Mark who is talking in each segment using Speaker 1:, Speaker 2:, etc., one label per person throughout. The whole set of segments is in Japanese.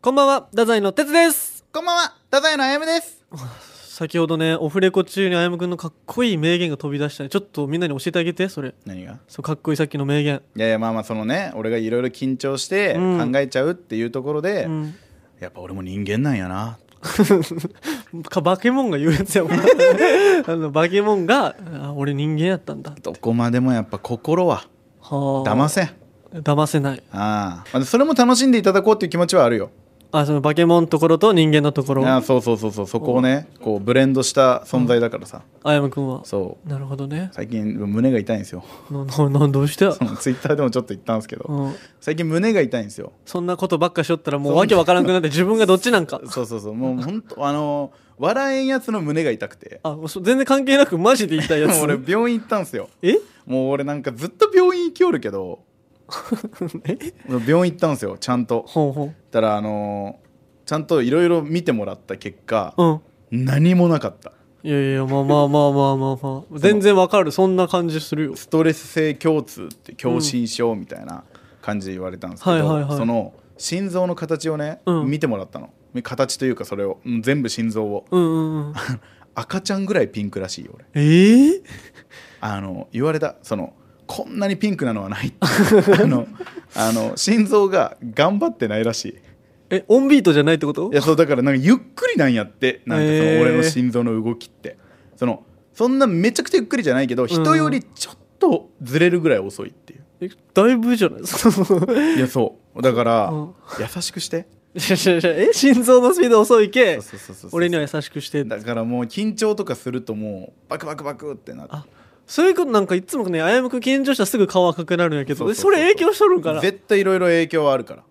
Speaker 1: こんばんは、太宰の哲です。
Speaker 2: こんばんは、太宰のあやむです。
Speaker 1: 先ほどね、オフレコ中にあやむくんのかっこいい名言が飛び出したね。ちょっとみんなに教えてあげて、それ。
Speaker 2: 何が
Speaker 1: そう、かっこいいさっきの名言。
Speaker 2: いやいやまあまあそのね俺がいろいろ緊張して
Speaker 1: うん
Speaker 2: 考えちゃうっていうところで、
Speaker 1: うん。
Speaker 2: やっぱ俺も人間なんやな
Speaker 1: か、バケモンが言うやつやもん。あ の、バケモンが、あ俺人間やったんだ。
Speaker 2: どこまでもやっぱ心は
Speaker 1: はあ。
Speaker 2: 騙せん
Speaker 1: 騙せない。
Speaker 2: ああ、まあ、それも楽しんでいただこうっていう気持ちはあるよ
Speaker 1: あ、そのバケモンのところと人間のところ。
Speaker 2: ああそうそうそうそうそこをねこうブレンドした存在だからさ、
Speaker 1: あやむくんは。
Speaker 2: そう
Speaker 1: なるほどね。
Speaker 2: 最近胸が痛いんですよ
Speaker 1: な、な、などうして
Speaker 2: そのツイッターでもちょっと言ったんですけど、
Speaker 1: うん。
Speaker 2: 最近胸が痛いんですよ
Speaker 1: そんなことばっかしよったらもうわけわからなくなって自分がどっちなんか。
Speaker 2: そうそうそうもう本当あの笑えんやつの胸が痛くて
Speaker 1: あ、そう全然関係なくマジで言いたいやつ。
Speaker 2: 俺病院行ったんですよ
Speaker 1: え
Speaker 2: もう俺なんかずっと病院行きおるけど
Speaker 1: え
Speaker 2: 病院行ったんですよちゃんと
Speaker 1: ほうほ
Speaker 2: たらあのーちゃんといろいろ見てもらった結果
Speaker 1: う。うん。
Speaker 2: 何もなかった
Speaker 1: いやいや、まあまあまあまあまあまあ。全然わかる。そんな感じするよ。
Speaker 2: ストレス性胸痛って狭心症みたいな感じで言われたんですけ
Speaker 1: はいはいはい
Speaker 2: どその心臓の形をね、
Speaker 1: うん
Speaker 2: 見てもらったの形というかそれをうん全部心臓を
Speaker 1: うんうんうん。
Speaker 2: 赤ちゃんぐらいピンクらしいよ俺
Speaker 1: えー、
Speaker 2: あの言われたそのこんなにピンクなのはないって あのあの心臓が頑張ってないらしい
Speaker 1: え、オンビートじゃないってこと
Speaker 2: いやそうだからなんかゆっくりなんやってなんかその
Speaker 1: へー
Speaker 2: 俺の心臓の動きってそのそんなめちゃくちゃゆっくりじゃないけど人よりちょっとずれるぐらい遅いっていう、
Speaker 1: えだいぶじゃない その
Speaker 2: いやそうだから
Speaker 1: うん
Speaker 2: 優しくして
Speaker 1: いやいやいやえ、心臓のスピード遅いけ。
Speaker 2: そうそうそうそう
Speaker 1: 俺には優しくして。
Speaker 2: だからもう緊張とかするともうバクバクバクってなって
Speaker 1: あそういうことなんかいつもね、あやむくん緊張したらすぐ顔赤くなるんやけど、
Speaker 2: そう
Speaker 1: え
Speaker 2: そうそ
Speaker 1: そうれ影響しとるんから。
Speaker 2: 絶対いろいろ影響はあるから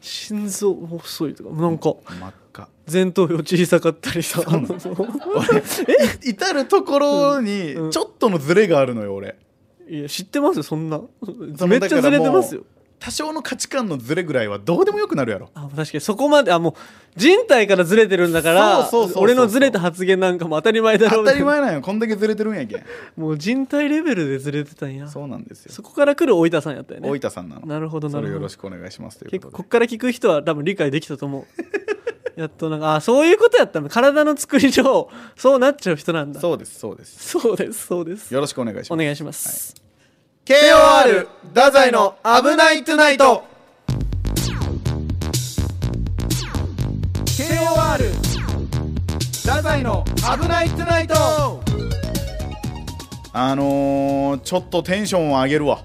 Speaker 1: 心臓遅いとか、なんか、
Speaker 2: 真っ赤
Speaker 1: 前頭葉小さかったりさ。
Speaker 2: うなのい至る所に
Speaker 1: うんうん
Speaker 2: ちょっとのずれがあるのよ俺
Speaker 1: いや、知ってますよ、そんな。
Speaker 2: その
Speaker 1: めっちゃずれてますよ
Speaker 2: だ。からもう多少の価値観のずれぐらいはどうでもよくなるやろ
Speaker 1: あ確かにそこまであもう人体からずれてるんだから
Speaker 2: そうそうそうそう
Speaker 1: 俺のずれた発言なんかも当たり前だろ
Speaker 2: 当
Speaker 1: みた
Speaker 2: た
Speaker 1: い
Speaker 2: り
Speaker 1: な
Speaker 2: 前なんよこんだけずれてるんやけん
Speaker 1: もう人体レベルでずれてたんやそ
Speaker 2: そうなんですよ
Speaker 1: こから来る大分さんやったよね
Speaker 2: 大分さんなの
Speaker 1: なるほどな
Speaker 2: そ
Speaker 1: る
Speaker 2: れ
Speaker 1: ほ
Speaker 2: よ
Speaker 1: ど
Speaker 2: ろしくお願いしますという
Speaker 1: 結構
Speaker 2: こ
Speaker 1: こっから聞く人は多分理解できたと思 うやっとなんかあそういうことやったの体の作り上そうなっちゃう人なん
Speaker 2: と
Speaker 1: だ
Speaker 2: でそうですそう
Speaker 1: そうで
Speaker 2: です
Speaker 1: すそうです
Speaker 2: よろしくお願いし
Speaker 1: お
Speaker 2: ます
Speaker 1: 願いします、
Speaker 2: KOR 太宰の「危ないトゥナイト」KOR 太宰の「危ないトゥナイト」あのー、ちょっとテンションを上げるわ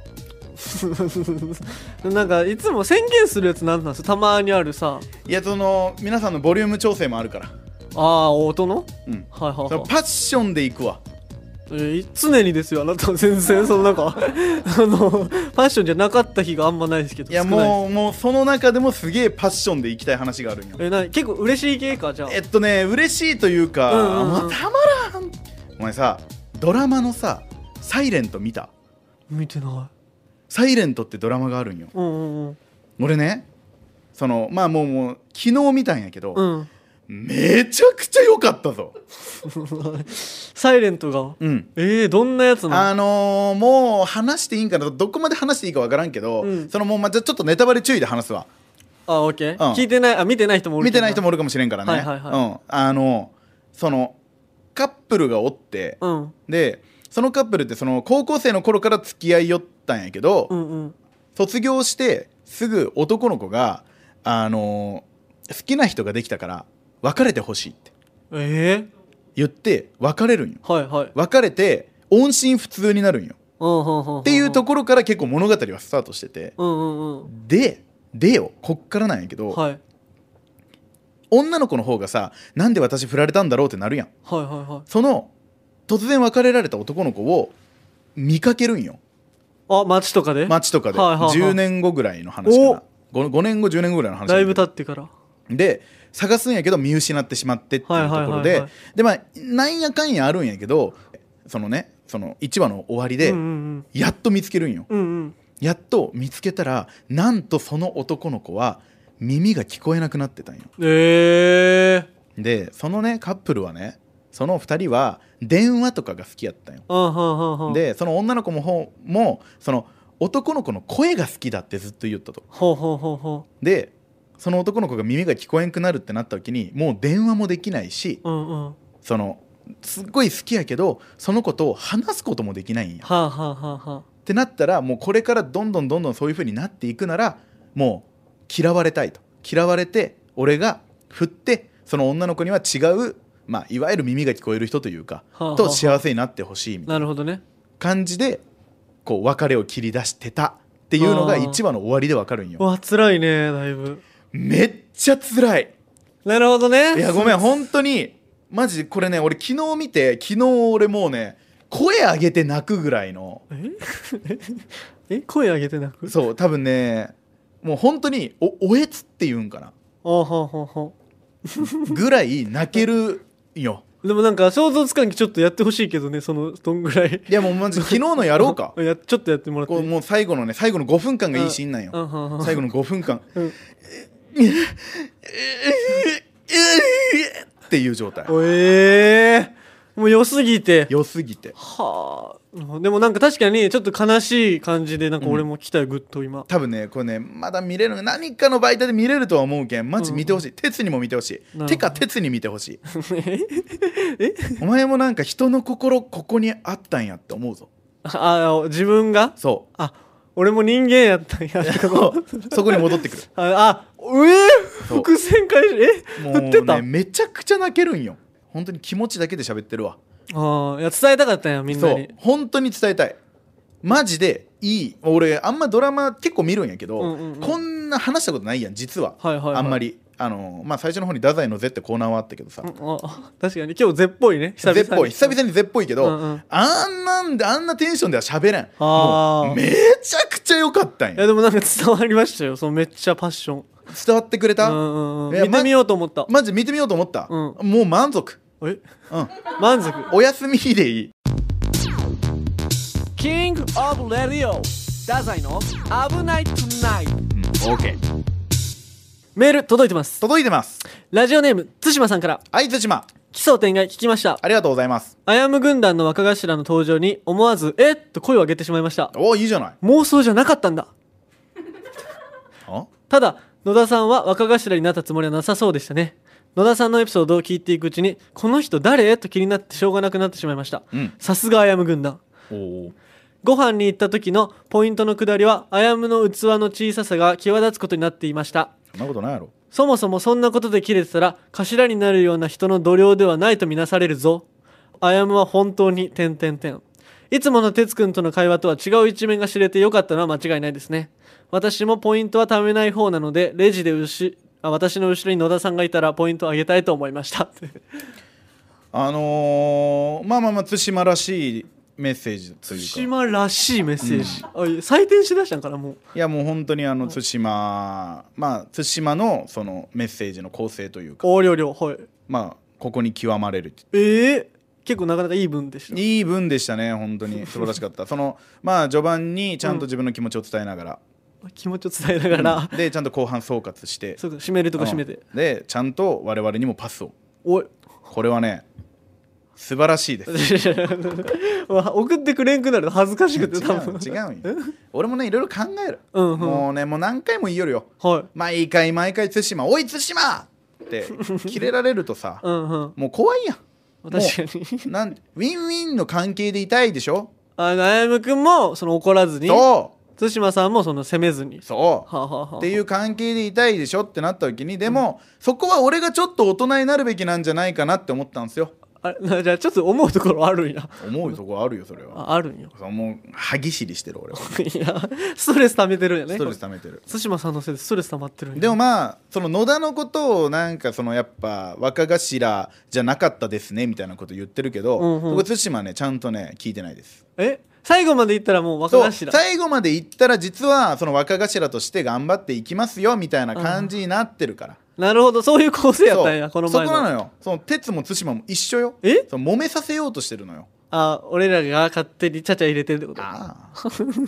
Speaker 1: なんかいつも宣言するやつなんなんですかたまにあるさ
Speaker 2: いやその皆さんのボリューム調整もあるから
Speaker 1: ああ音の
Speaker 2: うん
Speaker 1: はいはい
Speaker 2: そ
Speaker 1: はい
Speaker 2: のパッションでいくわ
Speaker 1: えー常にですよあなたは全然そのなんか あのファッションじゃなかった日があんまないですけど
Speaker 2: いや
Speaker 1: 少なです
Speaker 2: もうもうその中でもすげえパッションでいきたい話があるんよ
Speaker 1: えな結構嬉しい系かじゃあ
Speaker 2: えっとね嬉しいというか、
Speaker 1: うんうんうん
Speaker 2: もうたまらんお前さドラマのさ「サイレント見た
Speaker 1: 見てない
Speaker 2: 「サイレントってドラマがあるんよ
Speaker 1: うんうんうん
Speaker 2: 俺ねそのまあもうもう昨日見たんやけど、
Speaker 1: うん
Speaker 2: めちゃくちゃ良かったぞ
Speaker 1: サイレントが
Speaker 2: うん
Speaker 1: えー、どんなやつなの
Speaker 2: あのーもう話していいんかなどこまで話していいかわからんけど、
Speaker 1: うん
Speaker 2: そのもうまあじゃあちょっとネタバレ注意で話すわ
Speaker 1: あオッケー、
Speaker 2: うん
Speaker 1: 聞いてないあ見てない人もおる
Speaker 2: 見
Speaker 1: け
Speaker 2: て
Speaker 1: ど
Speaker 2: ない人もおるかもしれんからね、
Speaker 1: はいはいはい
Speaker 2: うん、あのそのカップルがおって、
Speaker 1: うん
Speaker 2: でそのカップルってその高校生の頃から付き合いよったんやけど、
Speaker 1: うんうん
Speaker 2: 卒業してすぐ男の子が、あのー好きな人ができたから別れてほしいって
Speaker 1: え
Speaker 2: 言って別れるんよ
Speaker 1: ー、はいはい
Speaker 2: 別れて音信不通になるんよ
Speaker 1: うんうんうんん
Speaker 2: っていうところから結構物語はスタートしてて
Speaker 1: うんうんうん
Speaker 2: ででよこっからなんやけど、
Speaker 1: はい
Speaker 2: 女の子の方がさなんで私振られたんだろうってなるやん
Speaker 1: はいはいはい
Speaker 2: その突然別れられた男の子を見かけるんよ
Speaker 1: あ街とかで、
Speaker 2: 街とかで
Speaker 1: はいはいはい
Speaker 2: 10年後ぐらいの話かな 5, 年後10年後ぐらいの話
Speaker 1: だいぶ
Speaker 2: た
Speaker 1: 経ってから
Speaker 2: で探すんやけど見失ってしまってっていうところ
Speaker 1: はいはいはい
Speaker 2: で
Speaker 1: はい
Speaker 2: でまあなんやかんやあるんやけどそのねその1話の終わりで、
Speaker 1: うんうん
Speaker 2: やっと見つけるんよ
Speaker 1: うんうんうん
Speaker 2: やっと見つけたらなんとその男の子は耳が聞こえなくなってたんよ
Speaker 1: ええ
Speaker 2: でそのねカップルはねその2人は電話とかが好きやったんよ
Speaker 1: ー、うんうんうんうん
Speaker 2: でその女の子もほうもその男の子の声が好きだってずっと言ったと
Speaker 1: ほうほうほうほ
Speaker 2: でその男の子が耳が聞こえんくなるってなった時にもう電話もできないし
Speaker 1: うんうんは
Speaker 2: そのすっごい好きやけどその子と話すこともできないんや
Speaker 1: あ、はあはあは
Speaker 2: ってなったらもうこれからどんどんどんどんそういう風になっていくならもう嫌われたいと嫌われて俺が振ってその女の子には違う、まあ、いわゆる耳が聞こえる人というか
Speaker 1: あ、はあはあ、
Speaker 2: と幸せになってほしいみたいな
Speaker 1: なるほどね
Speaker 2: 感じでこう別れを切り出してたっていうのが
Speaker 1: あー
Speaker 2: 1話の終わりでわかるん
Speaker 1: う
Speaker 2: よ
Speaker 1: わ辛いねだいぶ
Speaker 2: めっちゃ辛い
Speaker 1: なるほどね
Speaker 2: い やごめん本当にマジこれね俺昨日見て昨日俺もうね声上げて泣くぐらいの
Speaker 1: え え声上げて泣く
Speaker 2: そう多分ねもう本当におおえつっていうんかな
Speaker 1: あはあはあは
Speaker 2: ぐらい泣けるよ
Speaker 1: あでもなんか想像つかんきちょっとやってほしいけどねそのどんぐらい
Speaker 2: いやもうマジ昨日のやろうか
Speaker 1: やちょっとやってもらって
Speaker 2: こうもう最後のね最後の5分間がいいシーンなん
Speaker 1: あ
Speaker 2: よ
Speaker 1: はあはあ
Speaker 2: 最後の5分間
Speaker 1: うん
Speaker 2: っていう状態
Speaker 1: おえー、もう良すぎて
Speaker 2: 良すぎて
Speaker 1: はあでもなんか確かにちょっと悲しい感じでなんか俺も来たよ、グッと 今
Speaker 2: 多分ねこれねまだ見れる何かの媒体で見れるとは思うけんマジ見てほしい、鉄にも見てほし
Speaker 1: ほ
Speaker 2: い
Speaker 1: ど
Speaker 2: てか鉄に見てほしいお前もなんか人の心ここにあったんやって思うぞ
Speaker 1: ああ自分が
Speaker 2: そ
Speaker 1: あ俺も人間やったんや
Speaker 2: うそこに 戻ってくる
Speaker 1: ああうえー、
Speaker 2: そう
Speaker 1: 伏線回収え
Speaker 2: も
Speaker 1: 振って
Speaker 2: う
Speaker 1: た
Speaker 2: ねめちゃくちゃ泣けるんよ本当に気持ちだけで喋ってるわ
Speaker 1: ああいや伝えたかったんやみんな
Speaker 2: そう
Speaker 1: に
Speaker 2: 本当に伝えたいマジでいい俺あんまドラマ結構見るんやけど、
Speaker 1: うんうんうん
Speaker 2: こんな話したことないやん実は、
Speaker 1: はいはい、はい、
Speaker 2: あんまりあのまあ最初の方に「太宰の「ぜ」ってコーナーはあったけどさ、
Speaker 1: うんあ確かに今日絶っぽいね久々
Speaker 2: ぜ
Speaker 1: に
Speaker 2: っぽい久々にぜっぽいけど、
Speaker 1: うんうん
Speaker 2: あんなんであんなテンションでは喋らん
Speaker 1: あー
Speaker 2: もうめちゃくちゃ良かったん
Speaker 1: いや
Speaker 2: や
Speaker 1: でもなんか伝わりましたよそのめっちゃパッション
Speaker 2: 伝わってくれた、
Speaker 1: うんうんうん
Speaker 2: いや
Speaker 1: 見てみようと思った、
Speaker 2: マジ見てみようと思った、
Speaker 1: うん
Speaker 2: もう満足、
Speaker 1: え
Speaker 2: うん、
Speaker 1: 満足
Speaker 2: お休みでいい
Speaker 1: キングオブレディオダザイの危ないトゥナイト
Speaker 2: うん OK
Speaker 1: メール届いてます
Speaker 2: 届いてます
Speaker 1: ラジオネーム対馬さんから
Speaker 2: はい対馬
Speaker 1: 奇想天外聞きました
Speaker 2: ありがとうございます
Speaker 1: アヤム軍団の若頭の登場に思わずえっと声を上げてしまいました
Speaker 2: おおいいじゃない
Speaker 1: 妄想じゃなかったんだ
Speaker 2: あ
Speaker 1: ただ野田さんは若頭になったつもりはなさそうでしたね野田さんのエピソードを聞いていくうちにこの人誰と気になってしょうがなくなってしまいました
Speaker 2: うん
Speaker 1: さすがアヤム軍団
Speaker 2: おお
Speaker 1: ご飯に行った時のポイントの下りはアヤムの器の小ささが際立つことになっていました
Speaker 2: そんなことないやろ
Speaker 1: そもそもそんなことで切れてたら頭になるような人の度量ではないとみなされるぞアヤムは本当に点点点いつもの哲くんとの会話とは違う一面が知れてよかったのは間違いないですね私もポイントは貯めない方なのでレジで牛あ私の後ろに野田さんがいたらポイントをあげたいと思いました
Speaker 2: あのー、まあまあまあ対馬らしいメッセージというか
Speaker 1: 対馬らしいメッセージ、あいや採点しだしたんかなもう
Speaker 2: いやもう本当にあの対馬まあ対馬のそのメッセージの構成というか
Speaker 1: お量量はい
Speaker 2: まあここに極まれる
Speaker 1: ええ結構なかなかいい文でした
Speaker 2: いい文でしたね本当に素晴らしかったそのまあ序盤にちゃんと自分の気持ちを伝えながら、
Speaker 1: 気持ちを伝えながら、
Speaker 2: うんでちゃんと後半総括して
Speaker 1: そうか締めるとこ締めて、
Speaker 2: うんでちゃんと我々にもパスを
Speaker 1: おい
Speaker 2: これはね素晴らしいです
Speaker 1: わ送ってくれんくなると恥ずかし
Speaker 2: 違
Speaker 1: く
Speaker 2: う
Speaker 1: て多分
Speaker 2: 違うんよ俺もねいろいろ考える、
Speaker 1: うんうん
Speaker 2: もうねもう何回も言いよるよ
Speaker 1: はい
Speaker 2: 毎回毎回対馬おい対馬ってキレられるとさ
Speaker 1: うんうん
Speaker 2: もう怖いやん
Speaker 1: 確かに
Speaker 2: なんウィンウィンの関係でいたいでしょ
Speaker 1: あのあやむくんもその怒らずに
Speaker 2: そ
Speaker 1: 対馬さんもその責めずに
Speaker 2: うそう
Speaker 1: はあ、はあはあ、
Speaker 2: っていうう関係でいたいでしょってなった時にでも、そこは俺がちょっと大人になるべきなんじゃないかなって思ったんですよ
Speaker 1: あれじゃあちょっと思うところあるんや
Speaker 2: 思うとこあるよそれは
Speaker 1: ああるんよ
Speaker 2: そうもう歯ぎしりしてる俺は
Speaker 1: いやストレス溜めてるんやね
Speaker 2: ストレス溜めてる
Speaker 1: 対馬さんのせいでストレス溜まってるんや
Speaker 2: でもまあその野田のことをなんかそのやっぱ若頭じゃなかったですねみたいなこと言ってるけど、
Speaker 1: うんうん
Speaker 2: そこ対馬ねちゃんとね聞いてないです
Speaker 1: え最後まで言ったらもう若
Speaker 2: そう
Speaker 1: 頭
Speaker 2: 最後まで行ったら実はその若頭として頑張っていきますよみたいな感じになってるから、
Speaker 1: なるほどそういう構成やったん
Speaker 2: そ
Speaker 1: や
Speaker 2: う
Speaker 1: この前
Speaker 2: そこな
Speaker 1: の
Speaker 2: のよその鉄も対馬も一緒よ
Speaker 1: え
Speaker 2: その揉めさせようとしてるのよ
Speaker 1: あ俺らが勝手にちゃちゃ入れてるってこと
Speaker 2: ああ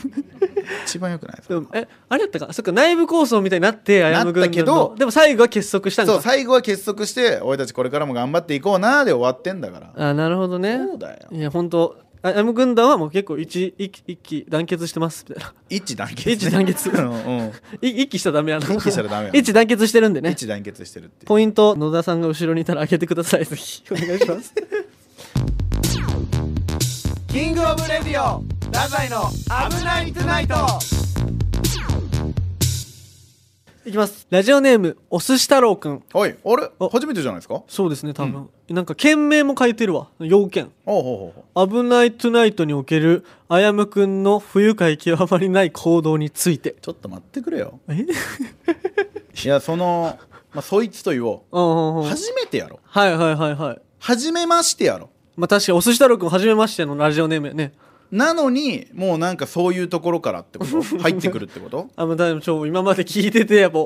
Speaker 2: 一番よくない
Speaker 1: でもえあれやったかそっか内部抗争みたいになってあやむ軍団の
Speaker 2: なったけど
Speaker 1: でも最後は結束したんか
Speaker 2: そう最後は結束して俺たちこれからも頑張っていこうなーで終わってんだから
Speaker 1: あなるほどね
Speaker 2: そうだよ
Speaker 1: いや本当あやむ軍団はもう結構一一一気団結してますみたいな
Speaker 2: 一致団結、ね、
Speaker 1: 一致団結
Speaker 2: うんうん
Speaker 1: い一気しちゃダメやな
Speaker 2: 一気したらダメやな
Speaker 1: 一致団結してるんでね
Speaker 2: 一致団結してるっていう
Speaker 1: ポイント野田さんが後ろにいたら開けてくださいぜ ひお願いします
Speaker 2: キングオブレディオダザイの危ないトゥナイト
Speaker 1: いきますラジオネームお寿司太郎くん
Speaker 2: はいあれ
Speaker 1: あ
Speaker 2: 初めてじゃないですかあ
Speaker 1: そうですね多分、なんか県名も書いてるわ要件
Speaker 2: ほうほうほう
Speaker 1: 危ないトゥナイトにおけるあやむくんの不愉快極まりない行動について
Speaker 2: ちょっと待ってくれよ
Speaker 1: え
Speaker 2: いやその、まあ、そいつと言お
Speaker 1: うんうん
Speaker 2: う
Speaker 1: うん
Speaker 2: 初めてやろ
Speaker 1: はいはいはいはい
Speaker 2: 初めましてやろ
Speaker 1: まあ確かにお寿司太郎くん初めましてのラジオネームやね
Speaker 2: なのにもうなんかそういうところからってこ と入ってくるってこと
Speaker 1: あまあでもちょ今まで聞いててやっぱ、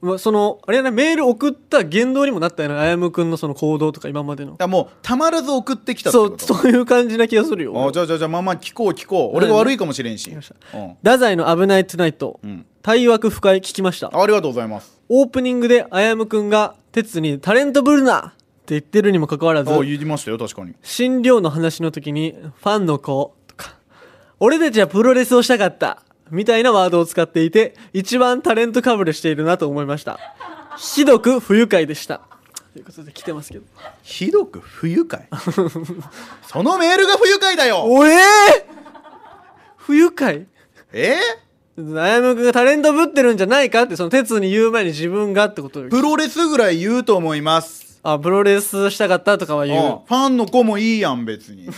Speaker 1: まあ、そのあれやねメール送った言動にもなったよねあやむくんのその行動とか今までの
Speaker 2: あもうたまらず送ってきたって
Speaker 1: そ
Speaker 2: こ
Speaker 1: う
Speaker 2: と
Speaker 1: そういう感じな気がする
Speaker 2: あ
Speaker 1: よ
Speaker 2: じゃあじゃあじゃあまあまあ聞こう聞こう俺が悪いかもしれんし、
Speaker 1: よっし
Speaker 2: うん
Speaker 1: 太宰の「危ないトゥナイト
Speaker 2: うん」
Speaker 1: 大枠不快聞きました
Speaker 2: ありがとうございます
Speaker 1: オープニングであやむくんが哲に「タレントぶるな!」って言ってるにもかかわら
Speaker 2: あ
Speaker 1: ず
Speaker 2: 言いましたよ確かに
Speaker 1: 診療の話の時に「ファンの子」とか「俺たちはプロレスをしたかった」みたいなワードを使っていて一番タレントかぶれしているなと思いましたひどく不愉快でしたということで来てますけど
Speaker 2: ひどく不愉快そのメールが不愉快だよ
Speaker 1: おえー、不愉快
Speaker 2: え
Speaker 1: あやむくんがタレントぶってるんじゃないかってその鉄に言う前に自分がってことよ
Speaker 2: ープロレスぐらい言うと思います
Speaker 1: あプロレスしたかったとかは
Speaker 2: うん
Speaker 1: 言う
Speaker 2: ファンの子もいいやん別に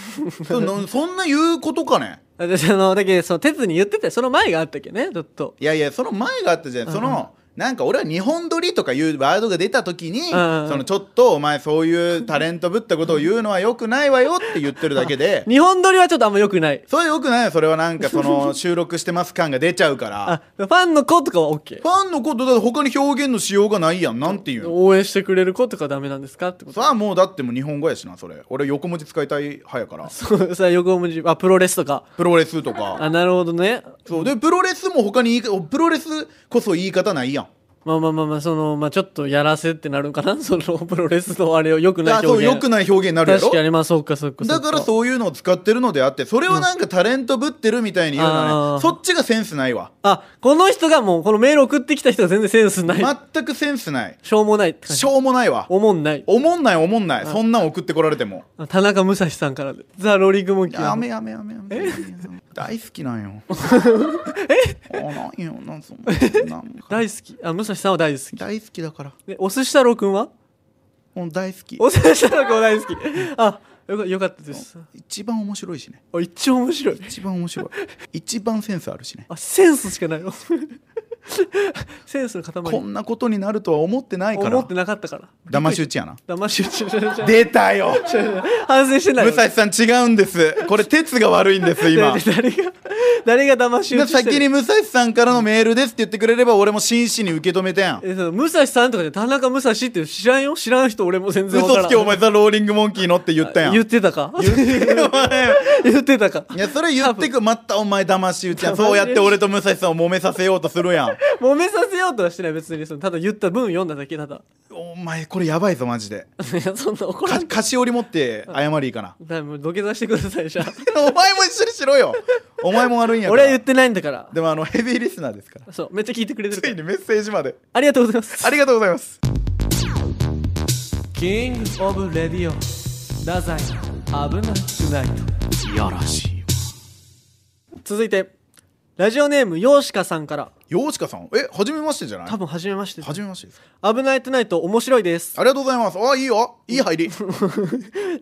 Speaker 2: そのそんな言うことかね
Speaker 1: あでそのだけどその鉄に言っててその前があったっけねちょっと
Speaker 2: いやいやその前があったじゃんそのなんか俺は日本撮りとかいうワードが出た時に
Speaker 1: んうん
Speaker 2: そのちょっとお前そういうタレントぶったことを言うのはよくないわよって言ってるだけで
Speaker 1: 日本撮りはちょっとあんま良くない
Speaker 2: それよくないよそれはなんかその収録してます感が出ちゃうか ら
Speaker 1: あファンの子とかは OK
Speaker 2: ファンのことだって他に表現のしようがないやんなんていうの
Speaker 1: 応援してくれる子とかダメなんですかってこと
Speaker 2: さあもうだってもう日本語やしなそれ俺横文字使いたい派やから
Speaker 1: そうさ横文字あプロレスとか
Speaker 2: プロレスとか
Speaker 1: あなるほどね
Speaker 2: そうでプロレスも他に言い方プロレスこそ言い方ないやん
Speaker 1: まあまあまあまあその、まあ、ちょっとやらせってなるんかな そのプロレスのあれをよくない表
Speaker 2: だそう
Speaker 1: 現
Speaker 2: 良くない表現になるやろ
Speaker 1: 確かにまあそうかそうか
Speaker 2: だから
Speaker 1: う
Speaker 2: そういうのを使ってるのであってそれをなんかタレントぶってるみたいに言うのはね、
Speaker 1: あー
Speaker 2: そっちがセンスないわ
Speaker 1: あこの人がもうこのメール送ってきた人が全然センスない、
Speaker 2: 全くセンスない
Speaker 1: しょうもないって感じ
Speaker 2: しょうもないわ
Speaker 1: おもんない
Speaker 2: おもんないおもんないそんなん送ってこられても
Speaker 1: あ田中武蔵さんからでザ・ローリングモンキー
Speaker 2: やめやめやめやめやめ大好きな んよえなんよなんそんななん
Speaker 1: 大好きあ武蔵さんは大好き
Speaker 2: 大好きだから
Speaker 1: でお寿司太郎くんは
Speaker 2: もう大好き
Speaker 1: お寿司太郎くんは大好きあよかよかったです
Speaker 2: 一番面白 いしね
Speaker 1: あ一応面白い
Speaker 2: 一番面白い一番センスあ るしね
Speaker 1: あセンスしかないの センスの塊
Speaker 2: こんなことになるとは思ってないか
Speaker 1: 思っ
Speaker 2: ら
Speaker 1: てなかったから
Speaker 2: 騙し 討ちやな
Speaker 1: 騙し討ち
Speaker 2: 出 たよ
Speaker 1: 反省してない
Speaker 2: 武蔵さん違うんですこれ鉄が悪いんです 今
Speaker 1: 誰が誰が騙し討ちしてる
Speaker 2: 先に武蔵さんからのメールですって言ってくれれば俺も真摯に受け止めたやん
Speaker 1: えその武蔵さんとかで田中武蔵っていう知らんよ知らん人俺も全然分からん
Speaker 2: 嘘つけお前ザ・ローリング・モンキーのって言ったやん
Speaker 1: 言ってたか
Speaker 2: お前
Speaker 1: 言ってたか
Speaker 2: いやそれ言ってくまたお前騙 し討ちやんそうやって俺と武蔵さんを揉めさせようとするやん
Speaker 1: 揉めさせようとはしてない別にそのただ言った文読んだだけた だ
Speaker 2: お前これやばいぞマジで
Speaker 1: いやそんな怒ら
Speaker 2: か
Speaker 1: ん
Speaker 2: 菓子折り持って謝りいいかな
Speaker 1: だもう土下座してくださいじゃあ
Speaker 2: お前も一緒にしろよお前も悪いんやか
Speaker 1: 俺
Speaker 2: ら
Speaker 1: は言ってないんだから
Speaker 2: でもあのヘビーリスナーですから
Speaker 1: そうめっちゃ聞いてくれてるか
Speaker 2: つ
Speaker 1: ら
Speaker 2: いにメッセージまで
Speaker 1: ありがとうございます
Speaker 2: ありがとうございます
Speaker 1: キングオブレディオ太宰危なくない
Speaker 2: いやらしい
Speaker 1: 続いてラジオネームヨシカさんから
Speaker 2: よしかさんえ初めましてじゃない
Speaker 1: 多分初めまして
Speaker 2: 初めましてです
Speaker 1: 「危ないトゥナイト」面白いです
Speaker 2: ありがとうございますあいいよいい入り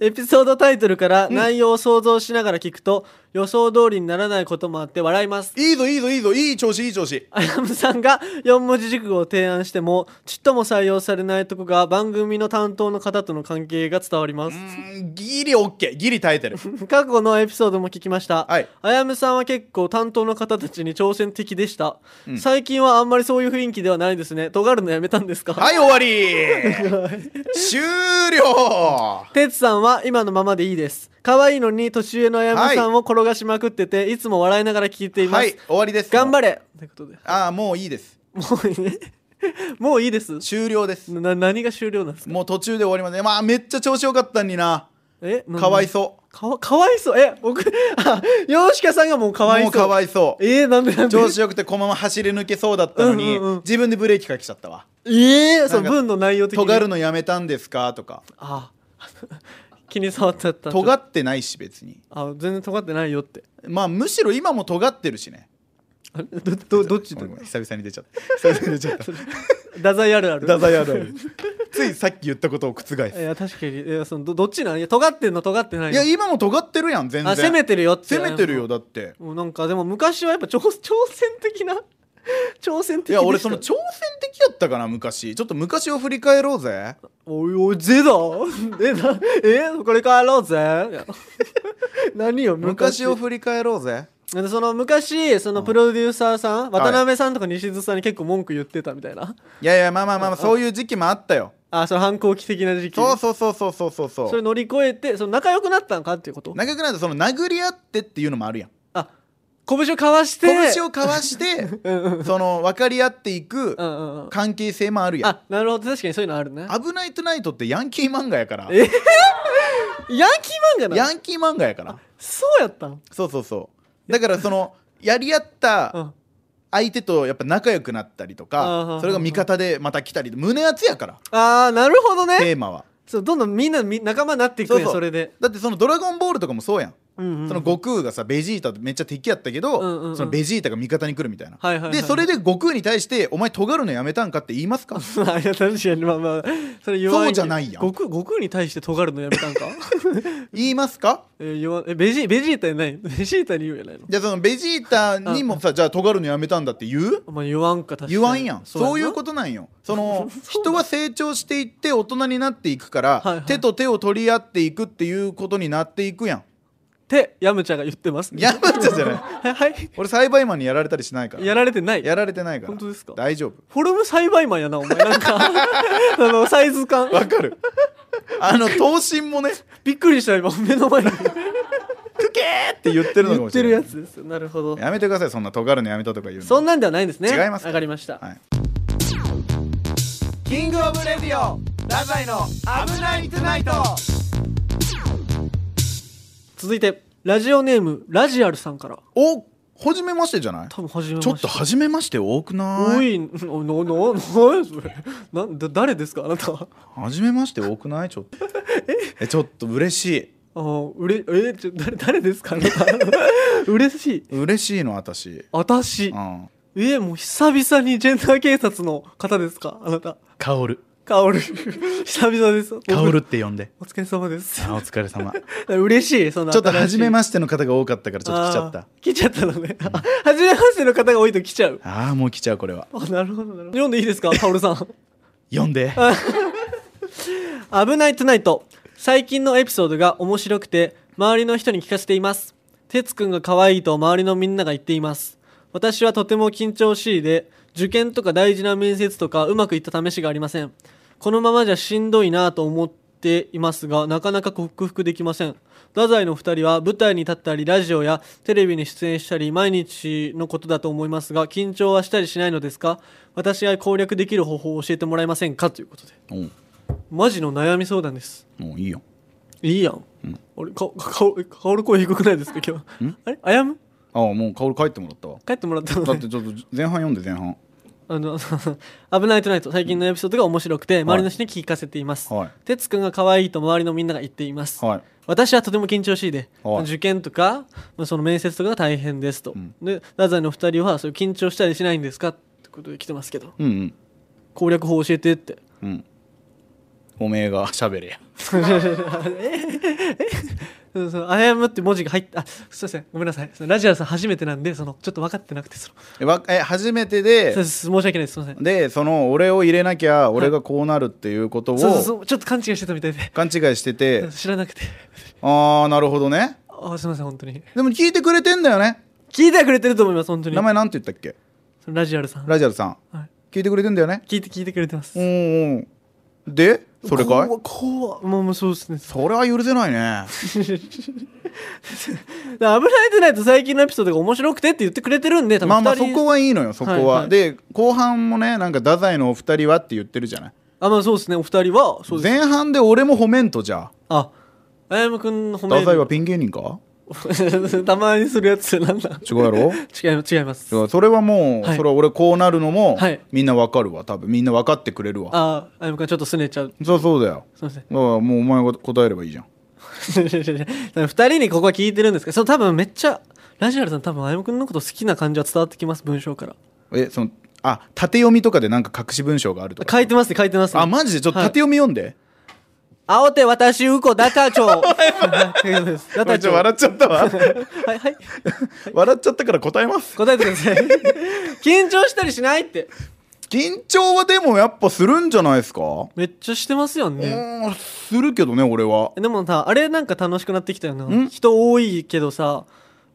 Speaker 1: エピソードタイトルから内容を想像しながら聞くと、予想通りにならないこともあって笑います
Speaker 2: いいぞいいぞいいぞいい調子いい調子
Speaker 1: あやむさんが4文字熟語を提案してもちっとも採用されないとこが番組の担当の方との関係が伝わりま
Speaker 2: う
Speaker 1: す
Speaker 2: ーんギリオッケーギリ耐 えてる
Speaker 1: 過去のエピソードも聞きました、
Speaker 2: はい
Speaker 1: あやむさんは結構担当の方たちに挑戦的でした、最近はあんまりそういう雰囲気ではないですね尖るのやめたんですか、
Speaker 2: はい終わり終了
Speaker 1: てつさんは今のままでいいです可愛いのに年上のあやむさんを転がしまくってて、い、つも笑いながら聞いています、
Speaker 2: はい終わりです
Speaker 1: 頑張
Speaker 2: れ
Speaker 1: れということで
Speaker 2: ああもういいです
Speaker 1: もういいね もういいです
Speaker 2: 終了です
Speaker 1: な何が終了なんですか
Speaker 2: もう途中で終わりまでまあめっちゃ調子よかったんにな
Speaker 1: え
Speaker 2: かわいそう
Speaker 1: かわかわいそうえ僕 あ洋介さんがもうかわい
Speaker 2: も
Speaker 1: そう
Speaker 2: うかわいそう
Speaker 1: えー、なんでなんで
Speaker 2: 調子よくてこのまま走り抜けそうだったのに、
Speaker 1: うんうんうん
Speaker 2: 自分でブレーキかけちゃったわ
Speaker 1: えー、その
Speaker 2: なんか
Speaker 1: 文の内容的に
Speaker 2: 尖るのやめたんですかとか
Speaker 1: あ 気に障っちゃった
Speaker 2: 尖ってないし別に
Speaker 1: あ全然尖ってないよって
Speaker 2: まあむしろ今も尖ってるしね
Speaker 1: あれどどどっち
Speaker 2: ご
Speaker 1: だ
Speaker 2: めんごめん久々に出ちゃった久々に出ちゃっ た
Speaker 1: 太宰あるある
Speaker 2: 太宰あるあるついさっき言ったことを覆 す
Speaker 1: い
Speaker 2: い
Speaker 1: や確かにいやそのどどっちなんいや尖ってんの尖ってないの
Speaker 2: や今も尖ってるやん全然
Speaker 1: あ攻めてるよって
Speaker 2: 攻めてるよだって
Speaker 1: もうなんかでも昔はやっぱ挑挑戦的な 挑戦的
Speaker 2: いや俺その
Speaker 1: でし
Speaker 2: 挑戦的やったかな昔ちょっと昔を振り返ろうぜ
Speaker 1: たおいおいゼだ えなえこれ帰ろうぜいや 何よ昔
Speaker 2: 昔を振り返ろうぜ
Speaker 1: でその昔そのプロデューサーさん、渡辺さんとか西津さんに結構文句言ってたみたいない
Speaker 2: やいやまあまあまあまあそういう時期もあったよ
Speaker 1: あその反抗期的な時期
Speaker 2: そうそうそうそうそうそう
Speaker 1: そ
Speaker 2: そ
Speaker 1: れ
Speaker 2: う
Speaker 1: 乗り越えてその仲良くなったのかっていうこと
Speaker 2: 長くなるとその殴り合ってっていうのもあるやん
Speaker 1: あ拳を交わして
Speaker 2: 拳を交わして
Speaker 1: うんうん
Speaker 2: その分かり合ってい
Speaker 1: うん
Speaker 2: く
Speaker 1: うんうん
Speaker 2: 関係性もあるやん
Speaker 1: あなるほど確かにそういうのあるね
Speaker 2: 「危ないトゥナイト」ってヤンキー漫画やから
Speaker 1: えヤンキー漫画なの
Speaker 2: ヤンキー漫画やから
Speaker 1: そうやったん
Speaker 2: そうそうそうだからそのやり合っ
Speaker 1: う
Speaker 2: た
Speaker 1: ん
Speaker 2: 相手とやっぱ仲良くなったりと
Speaker 1: うんう
Speaker 2: か
Speaker 1: ん
Speaker 2: それが味方でまた来たり胸熱やから
Speaker 1: あーなるほどね
Speaker 2: テーマは
Speaker 1: そうどんどんみんなみ仲間になっていくね
Speaker 2: そうそう
Speaker 1: それで、
Speaker 2: だってその「ドラゴンボール」とかもそうやん
Speaker 1: うんうん
Speaker 2: その悟空がさベジータとめっちゃ敵やったけど、
Speaker 1: うんうんうん
Speaker 2: そのベジータが味方に来るみたいな、
Speaker 1: はいはいはいはい
Speaker 2: でそれで悟空に対して「お前尖るのやめたんか?」って言いますか
Speaker 1: あいや確かにまあまあそれ言わ
Speaker 2: そうじゃないやん
Speaker 1: 悟空悟空に対して尖るのやめたん か
Speaker 2: 言いますか
Speaker 1: えー言わえベジベジータにないベジータに言うやないの
Speaker 2: じゃあそのベジータにもさ「じゃあ尖るのやめたんだ」って言う
Speaker 1: まあ言わんか確かに
Speaker 2: 言わんやんそういう
Speaker 1: と
Speaker 2: ことなんよその 人は成長していって大人になっていくから、
Speaker 1: はいはい
Speaker 2: 手と手を取り合っていくっていうことになっていくやん
Speaker 1: ってヤムちゃんが言ってますね
Speaker 2: やばっちゃじゃ ない
Speaker 1: はいはい
Speaker 2: 俺栽培マンにやられたりしないから
Speaker 1: やられてない
Speaker 2: やられてないから
Speaker 1: 本当ですか
Speaker 2: 大丈夫
Speaker 1: フォルム栽培マンやなお前なん かあのサイズ感
Speaker 2: わかるあの頭身もね
Speaker 1: びっくりした今目の前に
Speaker 2: クケーって言ってるのか
Speaker 1: 言
Speaker 2: も
Speaker 1: っ
Speaker 2: してれ
Speaker 1: る
Speaker 2: ない
Speaker 1: やつですよなるほど
Speaker 2: やめてくださいそんな尖るのやめたとか言うの
Speaker 1: そんなんではないんですね
Speaker 2: 違いますか
Speaker 1: 上がりました
Speaker 2: はい、キングオブレディオラザイの危ないトゥナイト
Speaker 1: 続いてラジオネームラジアルさんから
Speaker 2: お初めましてじゃない
Speaker 1: 多分始めまし
Speaker 2: ちょ
Speaker 1: た
Speaker 2: っと初めまして多くな
Speaker 1: 多
Speaker 2: い
Speaker 1: いののののそれなんだ誰ですかあなたは
Speaker 2: 初めまして多くないちょっとえちょっと嬉しい
Speaker 1: あーうれえちょ誰誰ですかあなた 嬉しい
Speaker 2: 嬉しいの私
Speaker 1: 私
Speaker 2: うん
Speaker 1: えもう久々にジェンダー警察の方ですかあなた
Speaker 2: 薫
Speaker 1: カオル 久々です
Speaker 2: 薫って呼んで
Speaker 1: お疲れ様です
Speaker 2: あお疲れ 様
Speaker 1: 嬉しいその
Speaker 2: ちょっと初め
Speaker 1: し
Speaker 2: ましての方が多かったから
Speaker 1: て
Speaker 2: ちょっと来ちゃった
Speaker 1: 来ちゃったのね 初めましての方が多いと来ちゃう
Speaker 2: ああーもう来ちゃうこれは
Speaker 1: あなるほどなるほど読んでいいですかカオルさん
Speaker 2: 呼んで
Speaker 1: 危ないトゥナイト最近のエピソードが面白くて周りの人に聞かせています哲くんが可愛いと周りのみんなが言っています私はとても緊張しいで受験とか大事な面接とかうまくいった試しがありませんこのままじゃしんどいなと思っていますがなかなか克服できません太宰の2人は舞台に立ったりラジオやテレビに出演したり毎日のことだと思いますが緊張はしたりしないのですか私が攻略できる方法を教えてもらえませんかということで
Speaker 2: うん
Speaker 1: マジの悩み相談です
Speaker 2: もういいよ
Speaker 1: いいやん。俺、か、か、かお、かおる声低くないですか、今日。あれあやむ
Speaker 2: ああもう薫帰ってもらったわ
Speaker 1: 帰ってもらった
Speaker 2: だ
Speaker 1: の
Speaker 2: っ
Speaker 1: ね。
Speaker 2: てちょっと前半読んで前半
Speaker 1: あの、危ないトゥナイト、最近のエピソードが面白くて、周りの人に聞かせています
Speaker 2: はい。
Speaker 1: てつくんが可愛いと周りのみんなが言っています。
Speaker 2: はい
Speaker 1: 私はとても緊張しいで、
Speaker 2: はい
Speaker 1: 受験とか、まあその面接とかが大変ですと。で、太宰の二人は、そういう緊張したりしないんですかってことで来てますけど、
Speaker 2: うん
Speaker 1: 攻略法教えてって。
Speaker 2: うんうんおめえが喋れや
Speaker 1: そうそうあやむって文字が入った、あ、すいません、ごめんなさい。そのラジアルさん初めてなんで、その、ちょっと分かってなくて、その、
Speaker 2: えわえ初めてで
Speaker 1: そうです申し訳ないです、すいません。
Speaker 2: でその俺を入れなきゃ俺がこうなるっていうこと
Speaker 1: そうそうそ
Speaker 2: を
Speaker 1: うちょっと勘違いしてたみたいで
Speaker 2: 勘違いしてて
Speaker 1: 知らなくて
Speaker 2: ああなるほどね
Speaker 1: あすいません本当に
Speaker 2: でも聞いてくれてんだよね
Speaker 1: 聞いてはくれてると思います本当に
Speaker 2: 名前なんて言ったっけ
Speaker 1: そのラジアルさん、
Speaker 2: ラジャルさん
Speaker 1: はい、
Speaker 2: 聞いてくれてんだよね
Speaker 1: 聞いて聞いてくれてます
Speaker 2: うんうんでそれかい
Speaker 1: 怖怖もうもうそうですね
Speaker 2: それは許せないね
Speaker 1: だから危ないでないと最近のエピソードが面白くてって言ってくれてるんで多分
Speaker 2: まあまあ
Speaker 1: 二
Speaker 2: そ
Speaker 1: 人
Speaker 2: こはいいのよそこは、
Speaker 1: はいはい
Speaker 2: で後半もねなんか太宰のお二人はって言ってるじゃない
Speaker 1: あまあそうですねお二人はそうです
Speaker 2: 前半で俺も褒めんとじゃあ
Speaker 1: ああやむくんの褒め
Speaker 2: 太宰は
Speaker 1: る
Speaker 2: ピン芸人か
Speaker 1: たまにするやつなんだ
Speaker 2: 違うや ろ
Speaker 1: 違い違います
Speaker 2: いやそれはもう、
Speaker 1: はい
Speaker 2: それは俺こうなるのも、
Speaker 1: はい
Speaker 2: みんなわかるわ多分みんな分かってくれるわ
Speaker 1: ああやむくんちょっとすねちゃう
Speaker 2: そうそうだよ
Speaker 1: すいません
Speaker 2: だからもうお前が答えればいいじゃん
Speaker 1: 二人にここは聞いてるんですけどそう多分めっちゃラジアルさん多分あやむくんのこと好きな感じは伝わってきます文章から
Speaker 2: えそのあ縦読みとかでなんか隠し文章があるとか
Speaker 1: 書いてますね書いてますね
Speaker 2: あマジでちょっと縦読み読んで、
Speaker 1: 青手私うこだか ちょう だ
Speaker 2: あ
Speaker 1: か
Speaker 2: ち
Speaker 1: ち
Speaker 2: ょ
Speaker 1: ょ
Speaker 2: っと
Speaker 1: う
Speaker 2: 笑っちゃっ たわ
Speaker 1: はいはい
Speaker 2: 笑っちゃったから答えます
Speaker 1: 答えてください緊張したりしないって
Speaker 2: 緊張はでもやっぱするんじゃないですか、
Speaker 1: めっちゃしてますよね、
Speaker 2: うんするけどね俺は
Speaker 1: でもさあれなんか楽しくなってきたよなん人多いけどさ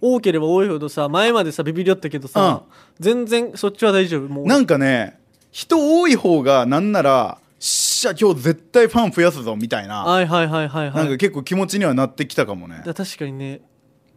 Speaker 1: 多ければ多いほどさ前までさビビりよったけどさ、全然そっちは大丈夫もう
Speaker 2: なんかね人多い方がなんならしゃ今日絶対ファン増やすぞみたいな
Speaker 1: はいはいはいはいは
Speaker 2: ないんか結構気持ちにはなってきたかもね
Speaker 1: だ確かにね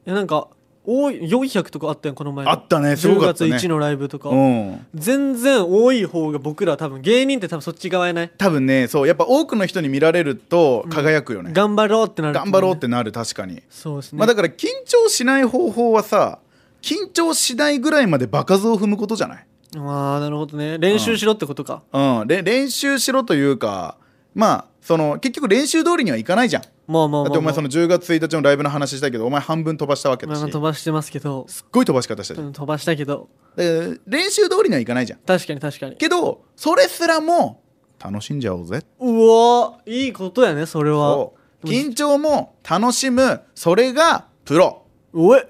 Speaker 1: いやなんか多い400とかあったよこの前の
Speaker 2: あったねすごかったね
Speaker 1: 10月1のライブとか、
Speaker 2: うん
Speaker 1: 全然多い方が僕ら多分芸人って多分そっち側やない
Speaker 2: 多分ねそうやっぱ多くの人に見られると輝くよね、
Speaker 1: 頑張ろうってなる
Speaker 2: 頑張ろうっててなる確かに、
Speaker 1: そうですね、
Speaker 2: まあだから緊張しない方法はさ緊張しないぐらいまで場数を踏むことじゃない
Speaker 1: ああなるほどね練習しろってことか、
Speaker 2: うん、れ練習しろというかまあその結局練習通りにはいかないじゃんだ
Speaker 1: まあまあまあ、まあ、
Speaker 2: ってお前その10月1日のライブの話したけどお前半分飛ばしたわけだ
Speaker 1: まあ
Speaker 2: し
Speaker 1: まあ飛ばしてますけど、
Speaker 2: すっごい飛ばし方したじ
Speaker 1: う
Speaker 2: ゃん
Speaker 1: ん飛ばしたけど
Speaker 2: だから練習通りにはいかないじゃん
Speaker 1: 確かに確かに
Speaker 2: けどそれすらも楽しんじゃおうぜ
Speaker 1: うわーいいことやねそれは
Speaker 2: そう緊張も楽しむそれがプロ
Speaker 1: おえ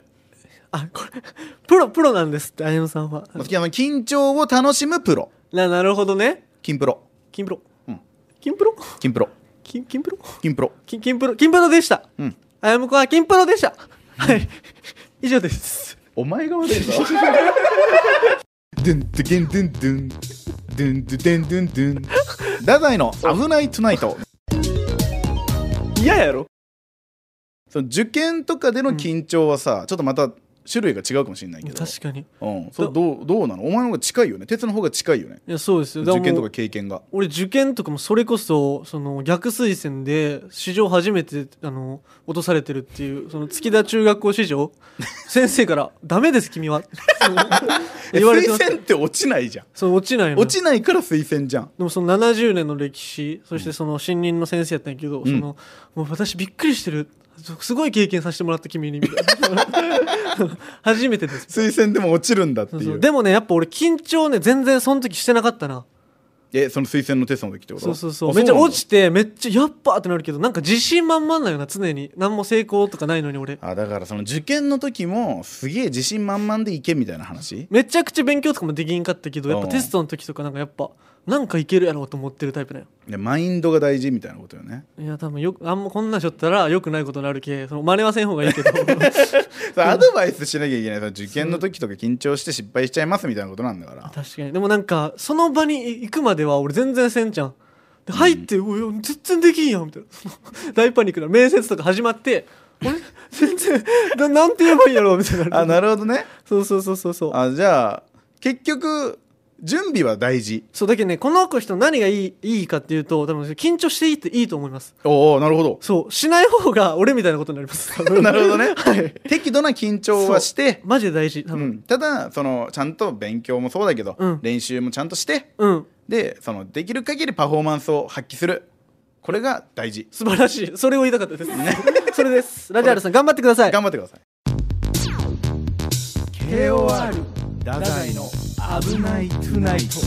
Speaker 1: あこれ プロプロなんですってあやむさんは
Speaker 2: あの緊張を楽しむプロ
Speaker 1: ななるほどね
Speaker 2: 金プロ
Speaker 1: 金プロ、
Speaker 2: うん
Speaker 1: 金プロ
Speaker 2: 金プロ
Speaker 1: 金金プロ
Speaker 2: 金プロ
Speaker 1: 金金プロ金プロでした
Speaker 2: うん
Speaker 1: あやむくんは金プロでしたはい以上です
Speaker 2: お前が悪いぞ。ドゥンドゥゲンドゥンドゥンドゥンドゥデンドゥンドゥン。ダダイの危ないトゥナイト。
Speaker 1: 嫌やろ
Speaker 2: その受験とかでの緊張はさ、ちょっとまた種類が違うかもしれないけど。
Speaker 1: 確かに
Speaker 2: うん、そうどうどうなのお前の方が近いよね鉄の方が近いよね
Speaker 1: いやそうですよだ
Speaker 2: 受
Speaker 1: ら
Speaker 2: 験
Speaker 1: も
Speaker 2: と
Speaker 1: う
Speaker 2: か経験が
Speaker 1: 俺受験とかもそれこそその逆推薦で史上初めてあの落とされてるっていうその月田中学校史 上先生から「ダメです君は」その
Speaker 2: え
Speaker 1: 言われてま
Speaker 2: 推
Speaker 1: す
Speaker 2: 薦って落ちないじゃん
Speaker 1: そう落ちないのよ
Speaker 2: 落ちないから推薦じゃん
Speaker 1: でもその70年の歴史そしてその新任の先生やったんやけど、そのもう私びっくりしてるすごい経験させてもらった君にみたい な初めてです
Speaker 2: 推薦でも落ちるんだって
Speaker 1: そ
Speaker 2: いうう
Speaker 1: そうでもねやっぱ俺緊張ね全然その時してなかったな
Speaker 2: えその推薦のテストの時ってこと
Speaker 1: そうそうそうめっちゃ落ち
Speaker 2: て
Speaker 1: てめっちゃやっぱってなるけどなんか自信満々だよな常に何も成功とかないのに俺
Speaker 2: あだからその受験の時もすげえ自信満々でいけみたいな話
Speaker 1: めちゃくちゃ勉強とかもできんかったけどやっぱ
Speaker 2: うん
Speaker 1: テストの時とかなんかやっぱなんかいけるやろうと思ってるタイプだよ
Speaker 2: でマインドが大事みたいなことよね
Speaker 1: いや多分よくあんまこんなんしょったらよくないことになるけその真似はせん方がいい けど
Speaker 2: それアドバイスしなきゃいけないその受験の時とか緊張して失敗しちゃいますみたいなことなんだから
Speaker 1: 確かにでもなんかその場に行くまでは俺全然せんじゃんで入って、うわ全然できんやんみたいな大パニックな面接とか始まってあれ全然ななんて言えばいいやろうみたいにな
Speaker 2: あ
Speaker 1: る
Speaker 2: なるほどね
Speaker 1: そうそうそうそうそう
Speaker 2: あじゃあ結局準備は大事
Speaker 1: そうだけどねこの人何がいいいいかっていうと多分緊張していいっていいと思います
Speaker 2: おおなる ほど
Speaker 1: そうしない方が俺みたいなことになります
Speaker 2: なるほどね、
Speaker 1: はい
Speaker 2: 適度な緊張はして
Speaker 1: マジで大事多
Speaker 2: う
Speaker 1: 分
Speaker 2: ん、ただそのちゃんと勉強もそうだけど、
Speaker 1: うん
Speaker 2: 練習もちゃんとして
Speaker 1: うん、
Speaker 2: でそのできる限りパフォーマンスを発揮するこれが大事
Speaker 1: 素晴らしいそれを言いたかったです それですラジアルさん頑張ってください
Speaker 2: 頑張ってください
Speaker 1: KOR
Speaker 2: ダ
Speaker 1: 宰の
Speaker 2: 危ないトゥナイト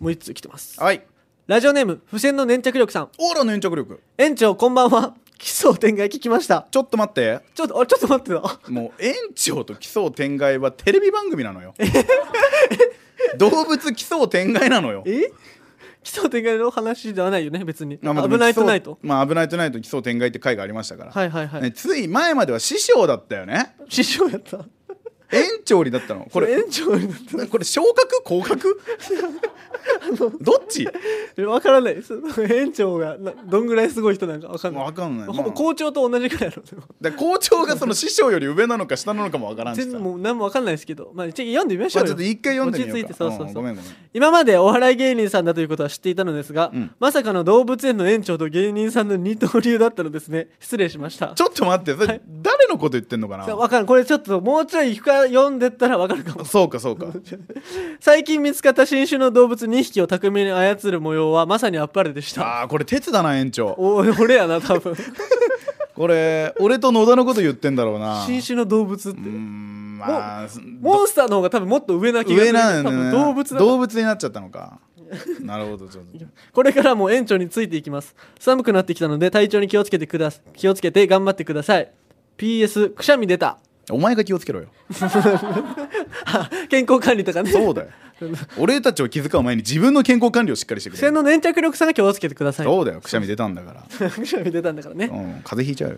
Speaker 1: もう一通来てます
Speaker 2: はい
Speaker 1: ラジオネーム付箋の粘着力さん
Speaker 2: オーラの延長力
Speaker 1: 園長こんばんは奇想天外聞きました
Speaker 2: ちょっと待って
Speaker 1: ちょっとあちょっと待ってよ
Speaker 2: もう園長と奇想天外はテレビ番組なのよ動物奇想天外なのよ
Speaker 1: え奇想天外の話ではないよね別に、
Speaker 2: まあまあでも
Speaker 1: 危ないとない
Speaker 2: 奇
Speaker 1: と
Speaker 2: 想まあ危ないトゥナイト奇想天外って回がありましたから、
Speaker 1: はいはいはい、
Speaker 2: ねつい前までは師匠だったよね
Speaker 1: 師匠やった
Speaker 2: 園長にだったのこ
Speaker 1: これ
Speaker 2: れ
Speaker 1: 園長になった
Speaker 2: これ昇格降格どっち
Speaker 1: 分からないです園長がなどんぐらいすごい人なんか分かんない
Speaker 2: わかんない、まあ
Speaker 1: ほぼ校長と同じぐらいやろでも
Speaker 2: だから校長がその師匠より上なのか下なのかもわからんし
Speaker 1: 全
Speaker 2: さ
Speaker 1: 部もう何も分かんないですけど、まあ、ちょっと読んでみましょ
Speaker 2: まあ
Speaker 1: う
Speaker 2: ちょ
Speaker 1: よ
Speaker 2: っと一回読んでみようか
Speaker 1: 落ち着いてそうそうそう、
Speaker 2: んごめんごめん
Speaker 1: 今までお笑い芸人さんだということは知っていたのですが、
Speaker 2: うん
Speaker 1: まさかの動物園の園長と芸人さんの二刀流だったのですね失礼しました
Speaker 2: ちょっと待ってそれ
Speaker 1: はい
Speaker 2: 誰のこと言ってんのかな、
Speaker 1: さあわかるこれちょっともうちょい深く読んでったらわかるかも
Speaker 2: そうかそうか
Speaker 1: 最近見つかった新種の動物2匹を巧みに操る模様はまさにあっぱれでした
Speaker 2: あーこれ鉄だな園長
Speaker 1: お俺やな 多分
Speaker 2: これ俺と野田のこと言ってんだろうな
Speaker 1: 新種の動物って
Speaker 2: うーんまあ
Speaker 1: モンスターの方が多分もっと上な気がする
Speaker 2: 上なん
Speaker 1: 多
Speaker 2: だ
Speaker 1: 分
Speaker 2: ね
Speaker 1: 動物だ
Speaker 2: 動物になっちゃった のかなるほどちょっと
Speaker 1: これからも園長についていきます寒くなってきたので体調に気をつけてくだ気をつけて頑張ってください PS くしゃみ出た
Speaker 2: お前が気をつけろよ
Speaker 1: 健康管理とかね
Speaker 2: そうだよ俺たちを気遣う前に自分の健康管理をしっか りしてくれ
Speaker 1: 線の粘着力さが気をつけてください
Speaker 2: そうだよくしゃみ出たんだから、
Speaker 1: くしゃみ出たんだからね
Speaker 2: うん、風邪ひいちゃうよ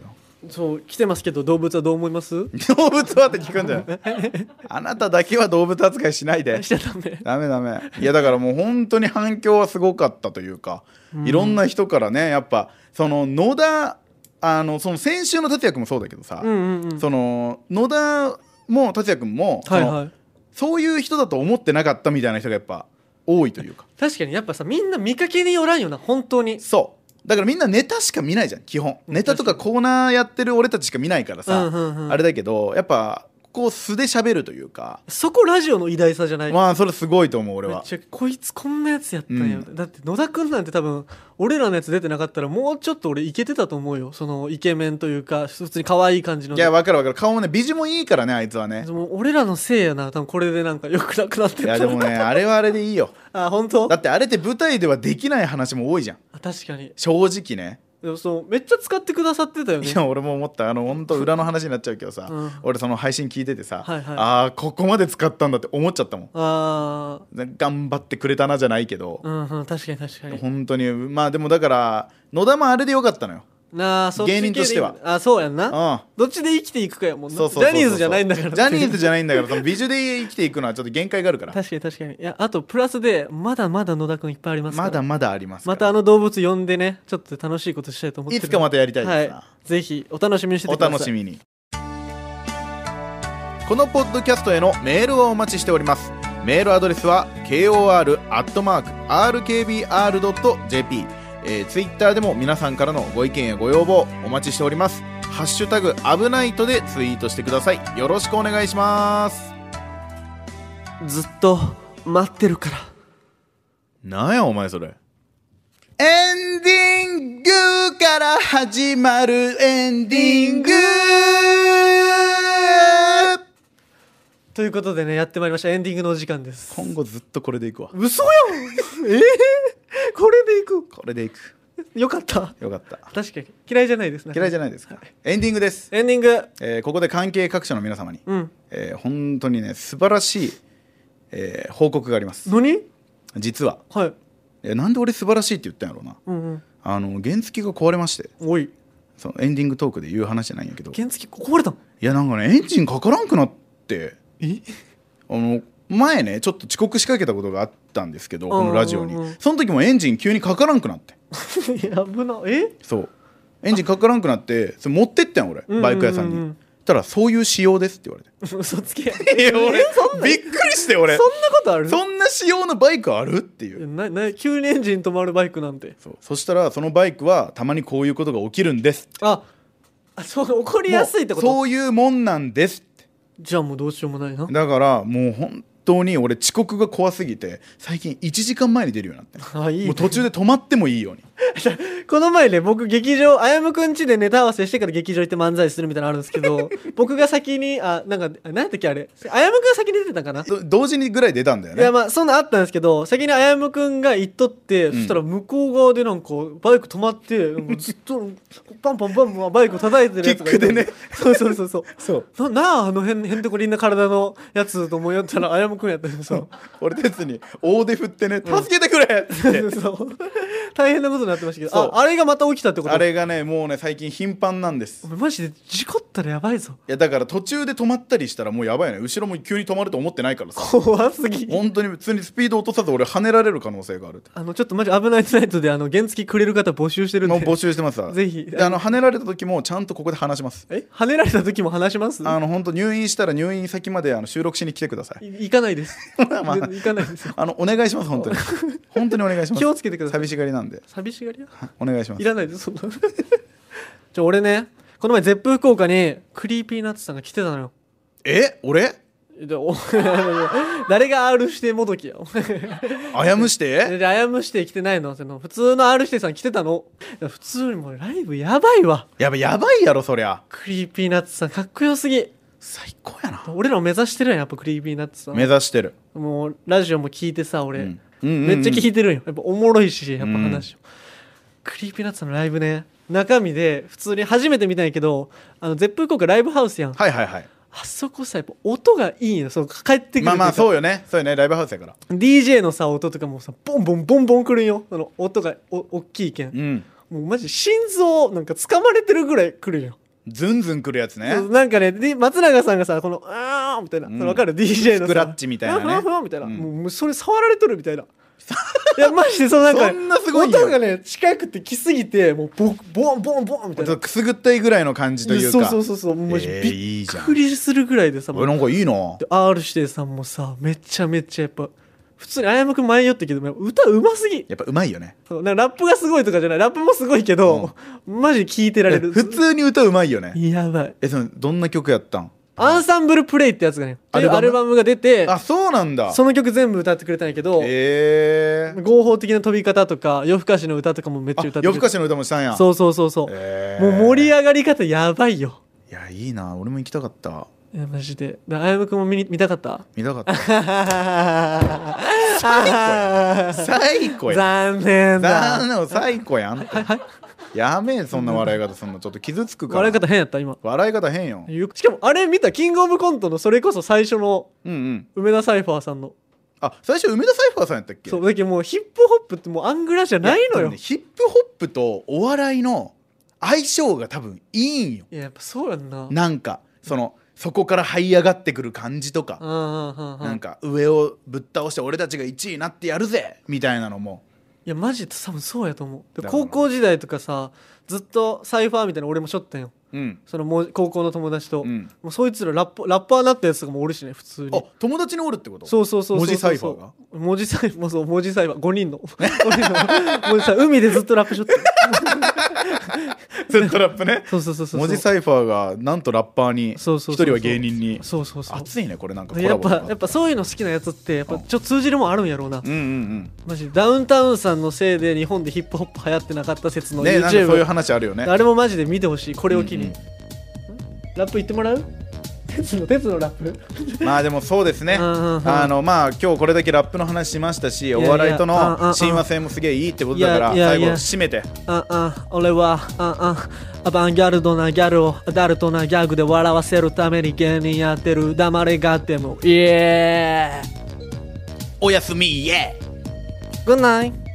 Speaker 1: そう来てますけど動物はどう思います
Speaker 2: 動物はって聞くんじゃないあなただけは動物扱いしないで
Speaker 1: しちゃダメ
Speaker 2: ダメダメいやだからもう本当に反響はすごかったというか、いろんな人からねやっぱその野田あのその先週の達也君もそうだけどさ、
Speaker 1: うんうんうん
Speaker 2: その野田も達也君も、
Speaker 1: はい
Speaker 2: その
Speaker 1: はい
Speaker 2: そういう人だと思ってなかったみたいな人がやっぱ多いというか
Speaker 1: 確かにやっぱさみんな見かけによらんよな本当に
Speaker 2: そうだからみんなネタしか見ないじゃん基本ネタとかコーナーやってる俺たちしか見ないからさ、
Speaker 1: うんうんうん
Speaker 2: あれだけどやっぱこう素で喋るというか
Speaker 1: そこラジオの偉大さじゃない、
Speaker 2: まあそれすごいと思う俺
Speaker 1: めっ
Speaker 2: は
Speaker 1: ちゃこいつこんなやつやったんや、
Speaker 2: う
Speaker 1: だって野田くんなんて多分俺らのやつ出てなかったらもうちょっと俺イケてたと思うよそのイケメンというか普通に可愛い感じの
Speaker 2: いや分かる分かる顔もね美人もいいからねあいつはね
Speaker 1: でも俺らのせいやな多分これでなんか良くなくなって
Speaker 2: いやで もねあれはあれでいいよ
Speaker 1: あ本当
Speaker 2: だってあれって舞台ではできない話も多いじゃん
Speaker 1: あ確かに
Speaker 2: 正直ね
Speaker 1: でもそうめっちゃ使ってくださってたよね
Speaker 2: いや俺も思ったあの本当裏の話になっちゃうけどさ、
Speaker 1: うん
Speaker 2: 俺その配信聞いててさ、
Speaker 1: はいはい
Speaker 2: ああここまで使ったんだって思っちゃったもん
Speaker 1: あ
Speaker 2: 頑張ってくれたなじゃないけど
Speaker 1: ー、うんうん確かに確かに
Speaker 2: 本当にまあでもだから野田もあれでよかったのよ
Speaker 1: なあそっち系でいい
Speaker 2: 芸人としては
Speaker 1: あそうやん
Speaker 2: うん
Speaker 1: などっちで生きていくかやもんな
Speaker 2: そうそうそうそう
Speaker 1: ジャニーズじゃないんだから
Speaker 2: ジャニーズじ
Speaker 1: ゃ
Speaker 2: ゃないんだからその美女で生きていくのはちょっと限界があるから
Speaker 1: 確かに確かにいやあとプラスでまだまだ野田くんいっぱいありますから
Speaker 2: まだまだありますか
Speaker 1: またあ
Speaker 2: ら
Speaker 1: の動物呼んでねちょっと楽しいことしたいと思って
Speaker 2: い
Speaker 1: る
Speaker 2: つかまたやりたいですな、
Speaker 1: はいぜひお楽しみにしてて
Speaker 2: お
Speaker 1: ください
Speaker 2: 楽しみにこのポッドキャストへのメールをお待ちしておりますメールアドレスは kor.rkbr.jp えー、ツイッターでも皆さんからのご意見やご要望お待ちしておりますハッシュタグ危ないとでツイートしてくださいよろしくお願いします
Speaker 1: ずっと待ってるから
Speaker 2: なんやお前それエンディングから始まるエンディング
Speaker 1: ということでねやってまいりましたエンディングのお時間です
Speaker 2: 今後ずっとこれでいくわ
Speaker 1: 嘘やん ええこれでいく
Speaker 2: これでいく
Speaker 1: よかった
Speaker 2: よかった
Speaker 1: 確かに嫌いじゃないですね
Speaker 2: 嫌いじゃないですかエンディングです、
Speaker 1: エンディング
Speaker 2: えーここで関係各社の皆様に、
Speaker 1: うん
Speaker 2: えー本当にね素晴らしい、えー報告があります
Speaker 1: 何
Speaker 2: 実は、
Speaker 1: はい
Speaker 2: えーなんで俺素晴らしいって言ったんやろうな
Speaker 1: うんうん
Speaker 2: あの原付が壊れまして
Speaker 1: おい
Speaker 2: そのエンディングトークで言う話じゃないんやけどい
Speaker 1: 原付壊れたの
Speaker 2: やなんかねエンジンかからんくなって
Speaker 1: え
Speaker 2: あの前ねちょっと遅刻しかけたことがあったんですけどこのラジオに
Speaker 1: うんうんうん
Speaker 2: その時もエンジン急にかからんくなって
Speaker 1: いや 危なえ
Speaker 2: そうエンジンかからんくなってそれ持ってったん俺
Speaker 1: うんうんうんうん
Speaker 2: バイク屋さんに、たらそういう仕様ですって言われて
Speaker 1: 嘘つけ
Speaker 2: いや俺
Speaker 1: えそんな
Speaker 2: びっくりして俺
Speaker 1: そんなことある
Speaker 2: そんな仕様のバイクあるっていう
Speaker 1: なな急にエンジン止まるバイクなんて
Speaker 2: そうそしたらそのバイクはたまにこういうことが起きるんです
Speaker 1: ああそう怒りやすいってこ
Speaker 2: もう
Speaker 1: と
Speaker 2: そういうもんなんですって
Speaker 1: じゃあもうどうしようもないな
Speaker 2: だからもう本当に俺遅刻が怖すぎて最近1時間前に出るようになって
Speaker 1: あいい
Speaker 2: も
Speaker 1: ね
Speaker 2: う途中で止まってもいいように
Speaker 1: この前ね僕劇場あやむくんちでネタ合わせしてから劇場行って漫才するみたいなのあるんですけ ど僕が先にあなんかあ何やったっけあれあやむくんが先に出てたかな
Speaker 2: ど同時にぐらい出たんだよ
Speaker 1: い
Speaker 2: ね
Speaker 1: やまあそんなあったんですけど先にあやむくんが行っとって、そしたら向こう側でなんかバイク止まってなんかずっとパンパンパンパンバイクを叩いてるやつがいて
Speaker 2: キックでね
Speaker 1: そうそうそうそう
Speaker 2: そう
Speaker 1: ななああのへんへんてこりんな体のやつと思いよったらあやむくんやったんですよ
Speaker 2: 俺たちに大手振ってね「助けてくれ!」って
Speaker 1: そう大変なことになってましたけど
Speaker 2: そう
Speaker 1: ああれがまた起きたってこと
Speaker 2: あれがねもうね最近頻繁なんです
Speaker 1: お
Speaker 2: い
Speaker 1: 前マジで事故ったらやばいぞ
Speaker 2: やだから途中で止まったりしたらもうやばいよね後ろも急に止まると思ってな いからさ
Speaker 1: 怖すぎ
Speaker 2: 本当に普通にスピード落とさず俺跳ねられる可能性が ある
Speaker 1: あのちょっとマジ危ないトゥナイトであの原付くれる方募集してるん
Speaker 2: もう
Speaker 1: で
Speaker 2: 募集してます わ
Speaker 1: ぜひ
Speaker 2: であの跳ねられた時もちゃんとここで話します
Speaker 1: え跳ねられた時も話します
Speaker 2: あの本当入院したら入院先まであの収録しに来てください
Speaker 1: い行かないです
Speaker 2: まあ
Speaker 1: 全然行かないです
Speaker 2: あのお願いしま す本当に本当にお願いします
Speaker 1: 気をつけてください
Speaker 2: 寂しがりなんで
Speaker 1: 寂しがり屋
Speaker 2: お願いします
Speaker 1: いらないですそんなちょ俺ねこの前ゼップ福岡にクリーピーナッツさんが来てたのよ
Speaker 2: え俺
Speaker 1: でお 誰が R してもどきやお前
Speaker 2: あやむして
Speaker 1: で、あやむして来てないのその普通の R してさん来てたの。普通にもうライブやばいわ。
Speaker 2: やばやばいやろそりゃ
Speaker 1: クリーピーナッツさんかっこよすぎ。
Speaker 2: 最高やな
Speaker 1: 俺らも目指してるやん、やっぱクリーピーナッツさ
Speaker 2: 目
Speaker 1: ん。
Speaker 2: 指してる
Speaker 1: もうラジオも聞いてさ、俺。
Speaker 2: うんうんうんうん
Speaker 1: めっちゃ聞いてるんよ。やっぱおもろいし、やっぱ話、クリーピーナッツさんのライブね、中身で普通に初めて見たんやけど、あの、絶風効果ライブハウスやん。
Speaker 2: はいはいはい
Speaker 1: あそこさ、やっぱ音がいいの。その帰ってくる
Speaker 2: まあまあそう
Speaker 1: う。
Speaker 2: よねそうよねライブハウスやから
Speaker 1: DJ のさ、音とかもさ、ボンボンボンボンくるんよ。その音がお大きいけん
Speaker 2: うん
Speaker 1: もうマジ心臓なんか掴まれてるぐらい来るよ。
Speaker 2: ズンズンくるやつね
Speaker 1: なんかね、で松永さんがさ、この、あーみたいな、
Speaker 2: うん
Speaker 1: そのわかる DJ のさ
Speaker 2: スクラッチみたいなね
Speaker 1: ふわふわみたいな、
Speaker 2: うん
Speaker 1: もうもうそれ触られとるみたいな。いや、マジでそのなんか、
Speaker 2: そんなすごいんや
Speaker 1: 音がね、近くて来すぎて、もうボン、ボン、ボン、ボンみたい
Speaker 2: ちょっと
Speaker 1: な。
Speaker 2: くすぐったいぐらいの感じというか
Speaker 1: そうそうそうそう、もうマジ
Speaker 2: えーい
Speaker 1: び
Speaker 2: い
Speaker 1: っ
Speaker 2: じゃん
Speaker 1: くりするぐらいでさ、もう
Speaker 2: 俺なんかいいな
Speaker 1: で R 指定さんもさ、めちゃめちゃやっぱ、普通にあやむくん前よったけど、やっぱ歌うますぎ。
Speaker 2: やっぱうまいよね
Speaker 1: そうなんかラップがすごいとかじゃない、ラップもすごいけど、マジで聴いてられる。
Speaker 2: 普通に歌うまいよね
Speaker 1: やばい。
Speaker 2: えそのどんな曲やったん
Speaker 1: アンサンブルプレイってやつがね、
Speaker 2: ア
Speaker 1: ア
Speaker 2: ル
Speaker 1: ル
Speaker 2: バム
Speaker 1: アルバムが出て、
Speaker 2: あそうなんだ
Speaker 1: その曲全部歌ってくれたんやけど、
Speaker 2: ええ
Speaker 1: 合法的な飛び方とか、夜更かしの歌とかもめっちゃ歌ってくれ
Speaker 2: 夜更かしの歌もしたんや
Speaker 1: そうそうそうそう。
Speaker 2: えー
Speaker 1: もう盛り上がり方やばいよ。
Speaker 2: いやいいな俺も行きたかった
Speaker 1: いや、マジで。だあやむくんも見に見たかった
Speaker 2: 見たかった
Speaker 1: 残
Speaker 2: 最高や
Speaker 1: 念
Speaker 2: 残
Speaker 1: だ。
Speaker 2: 念最高やあんたやめえそんな笑い方そんなちょっと傷つくから
Speaker 1: 笑い方変やった今。
Speaker 2: 笑い方変よ
Speaker 1: ゆしかもあれ見た、キングオブコントのそれこそ最初の
Speaker 2: うんうん
Speaker 1: 梅田サイファーさんの。
Speaker 2: あ最初梅田サイファーさんやったっけ
Speaker 1: そう、だけどもうヒップホップってもうアングラじゃないの
Speaker 2: やで
Speaker 1: よ。
Speaker 2: もねヒップホップとお笑いの相性が多分いいんよ
Speaker 1: いや、やっぱそうやんな。
Speaker 2: なんかそのそこから這い上がってくる感じと
Speaker 1: う
Speaker 2: か
Speaker 1: んうんうんうん
Speaker 2: なんか上をぶっ倒して俺たちが1位になってやるぜみたいなのも
Speaker 1: いやマジで多分そうやと思うで
Speaker 2: だろうな
Speaker 1: 高校時代とかさずっとサイファーみたいなの俺もしょったんよ
Speaker 2: うん
Speaker 1: そのもう高校の友達と、
Speaker 2: うん
Speaker 1: もうそいつらラッパラッパーなったやつとかもおるしね普通
Speaker 2: あ
Speaker 1: に
Speaker 2: 友達におるってこと
Speaker 1: そうそうそうそう
Speaker 2: 文字サイファーが
Speaker 1: 文字サイファーそう文字サイファー5人の5人の文字サイファー海でずっとラップしょった
Speaker 2: ずっとラップね
Speaker 1: そうそうそうそう
Speaker 2: 文字サイファーがなんとラッパーに
Speaker 1: そう
Speaker 2: 一
Speaker 1: そうそうそう
Speaker 2: 人は芸人に
Speaker 1: そうそうそう
Speaker 2: 熱いねこれなんかコ
Speaker 1: でや
Speaker 2: ラ
Speaker 1: っ
Speaker 2: ボ
Speaker 1: ぱ
Speaker 2: とか
Speaker 1: やっぱそういうの好きなやつってやっぱちょっと通じるもんあるんやろうな
Speaker 2: うんうん
Speaker 1: マジダウンタウンさんのせいで日本でヒップホップ流行ってなかった説
Speaker 2: う
Speaker 1: の
Speaker 2: んねなんかそういう
Speaker 1: YouTube、
Speaker 2: 話あるよね
Speaker 1: あれもマジで見てほしいこれを機に、
Speaker 2: うん
Speaker 1: ラップ言ってもらう鉄の鉄のラップ
Speaker 2: うん まあでもそうですね
Speaker 1: うんうんうん
Speaker 2: あのまあ今日これだけラップの話しましたしお
Speaker 1: やいや
Speaker 2: 笑いと
Speaker 1: うんうんう
Speaker 2: の
Speaker 1: ん
Speaker 2: 親和性もすげえいいってことだから
Speaker 1: いやいや
Speaker 2: 最
Speaker 1: い
Speaker 2: 後
Speaker 1: や
Speaker 2: 締めて
Speaker 1: ああ俺はああアバンギャルドなギャルをアダルトなギャグで笑わせるために芸人やってる黙れがってもイエ
Speaker 2: おやすみイエー
Speaker 1: ーイグッナイ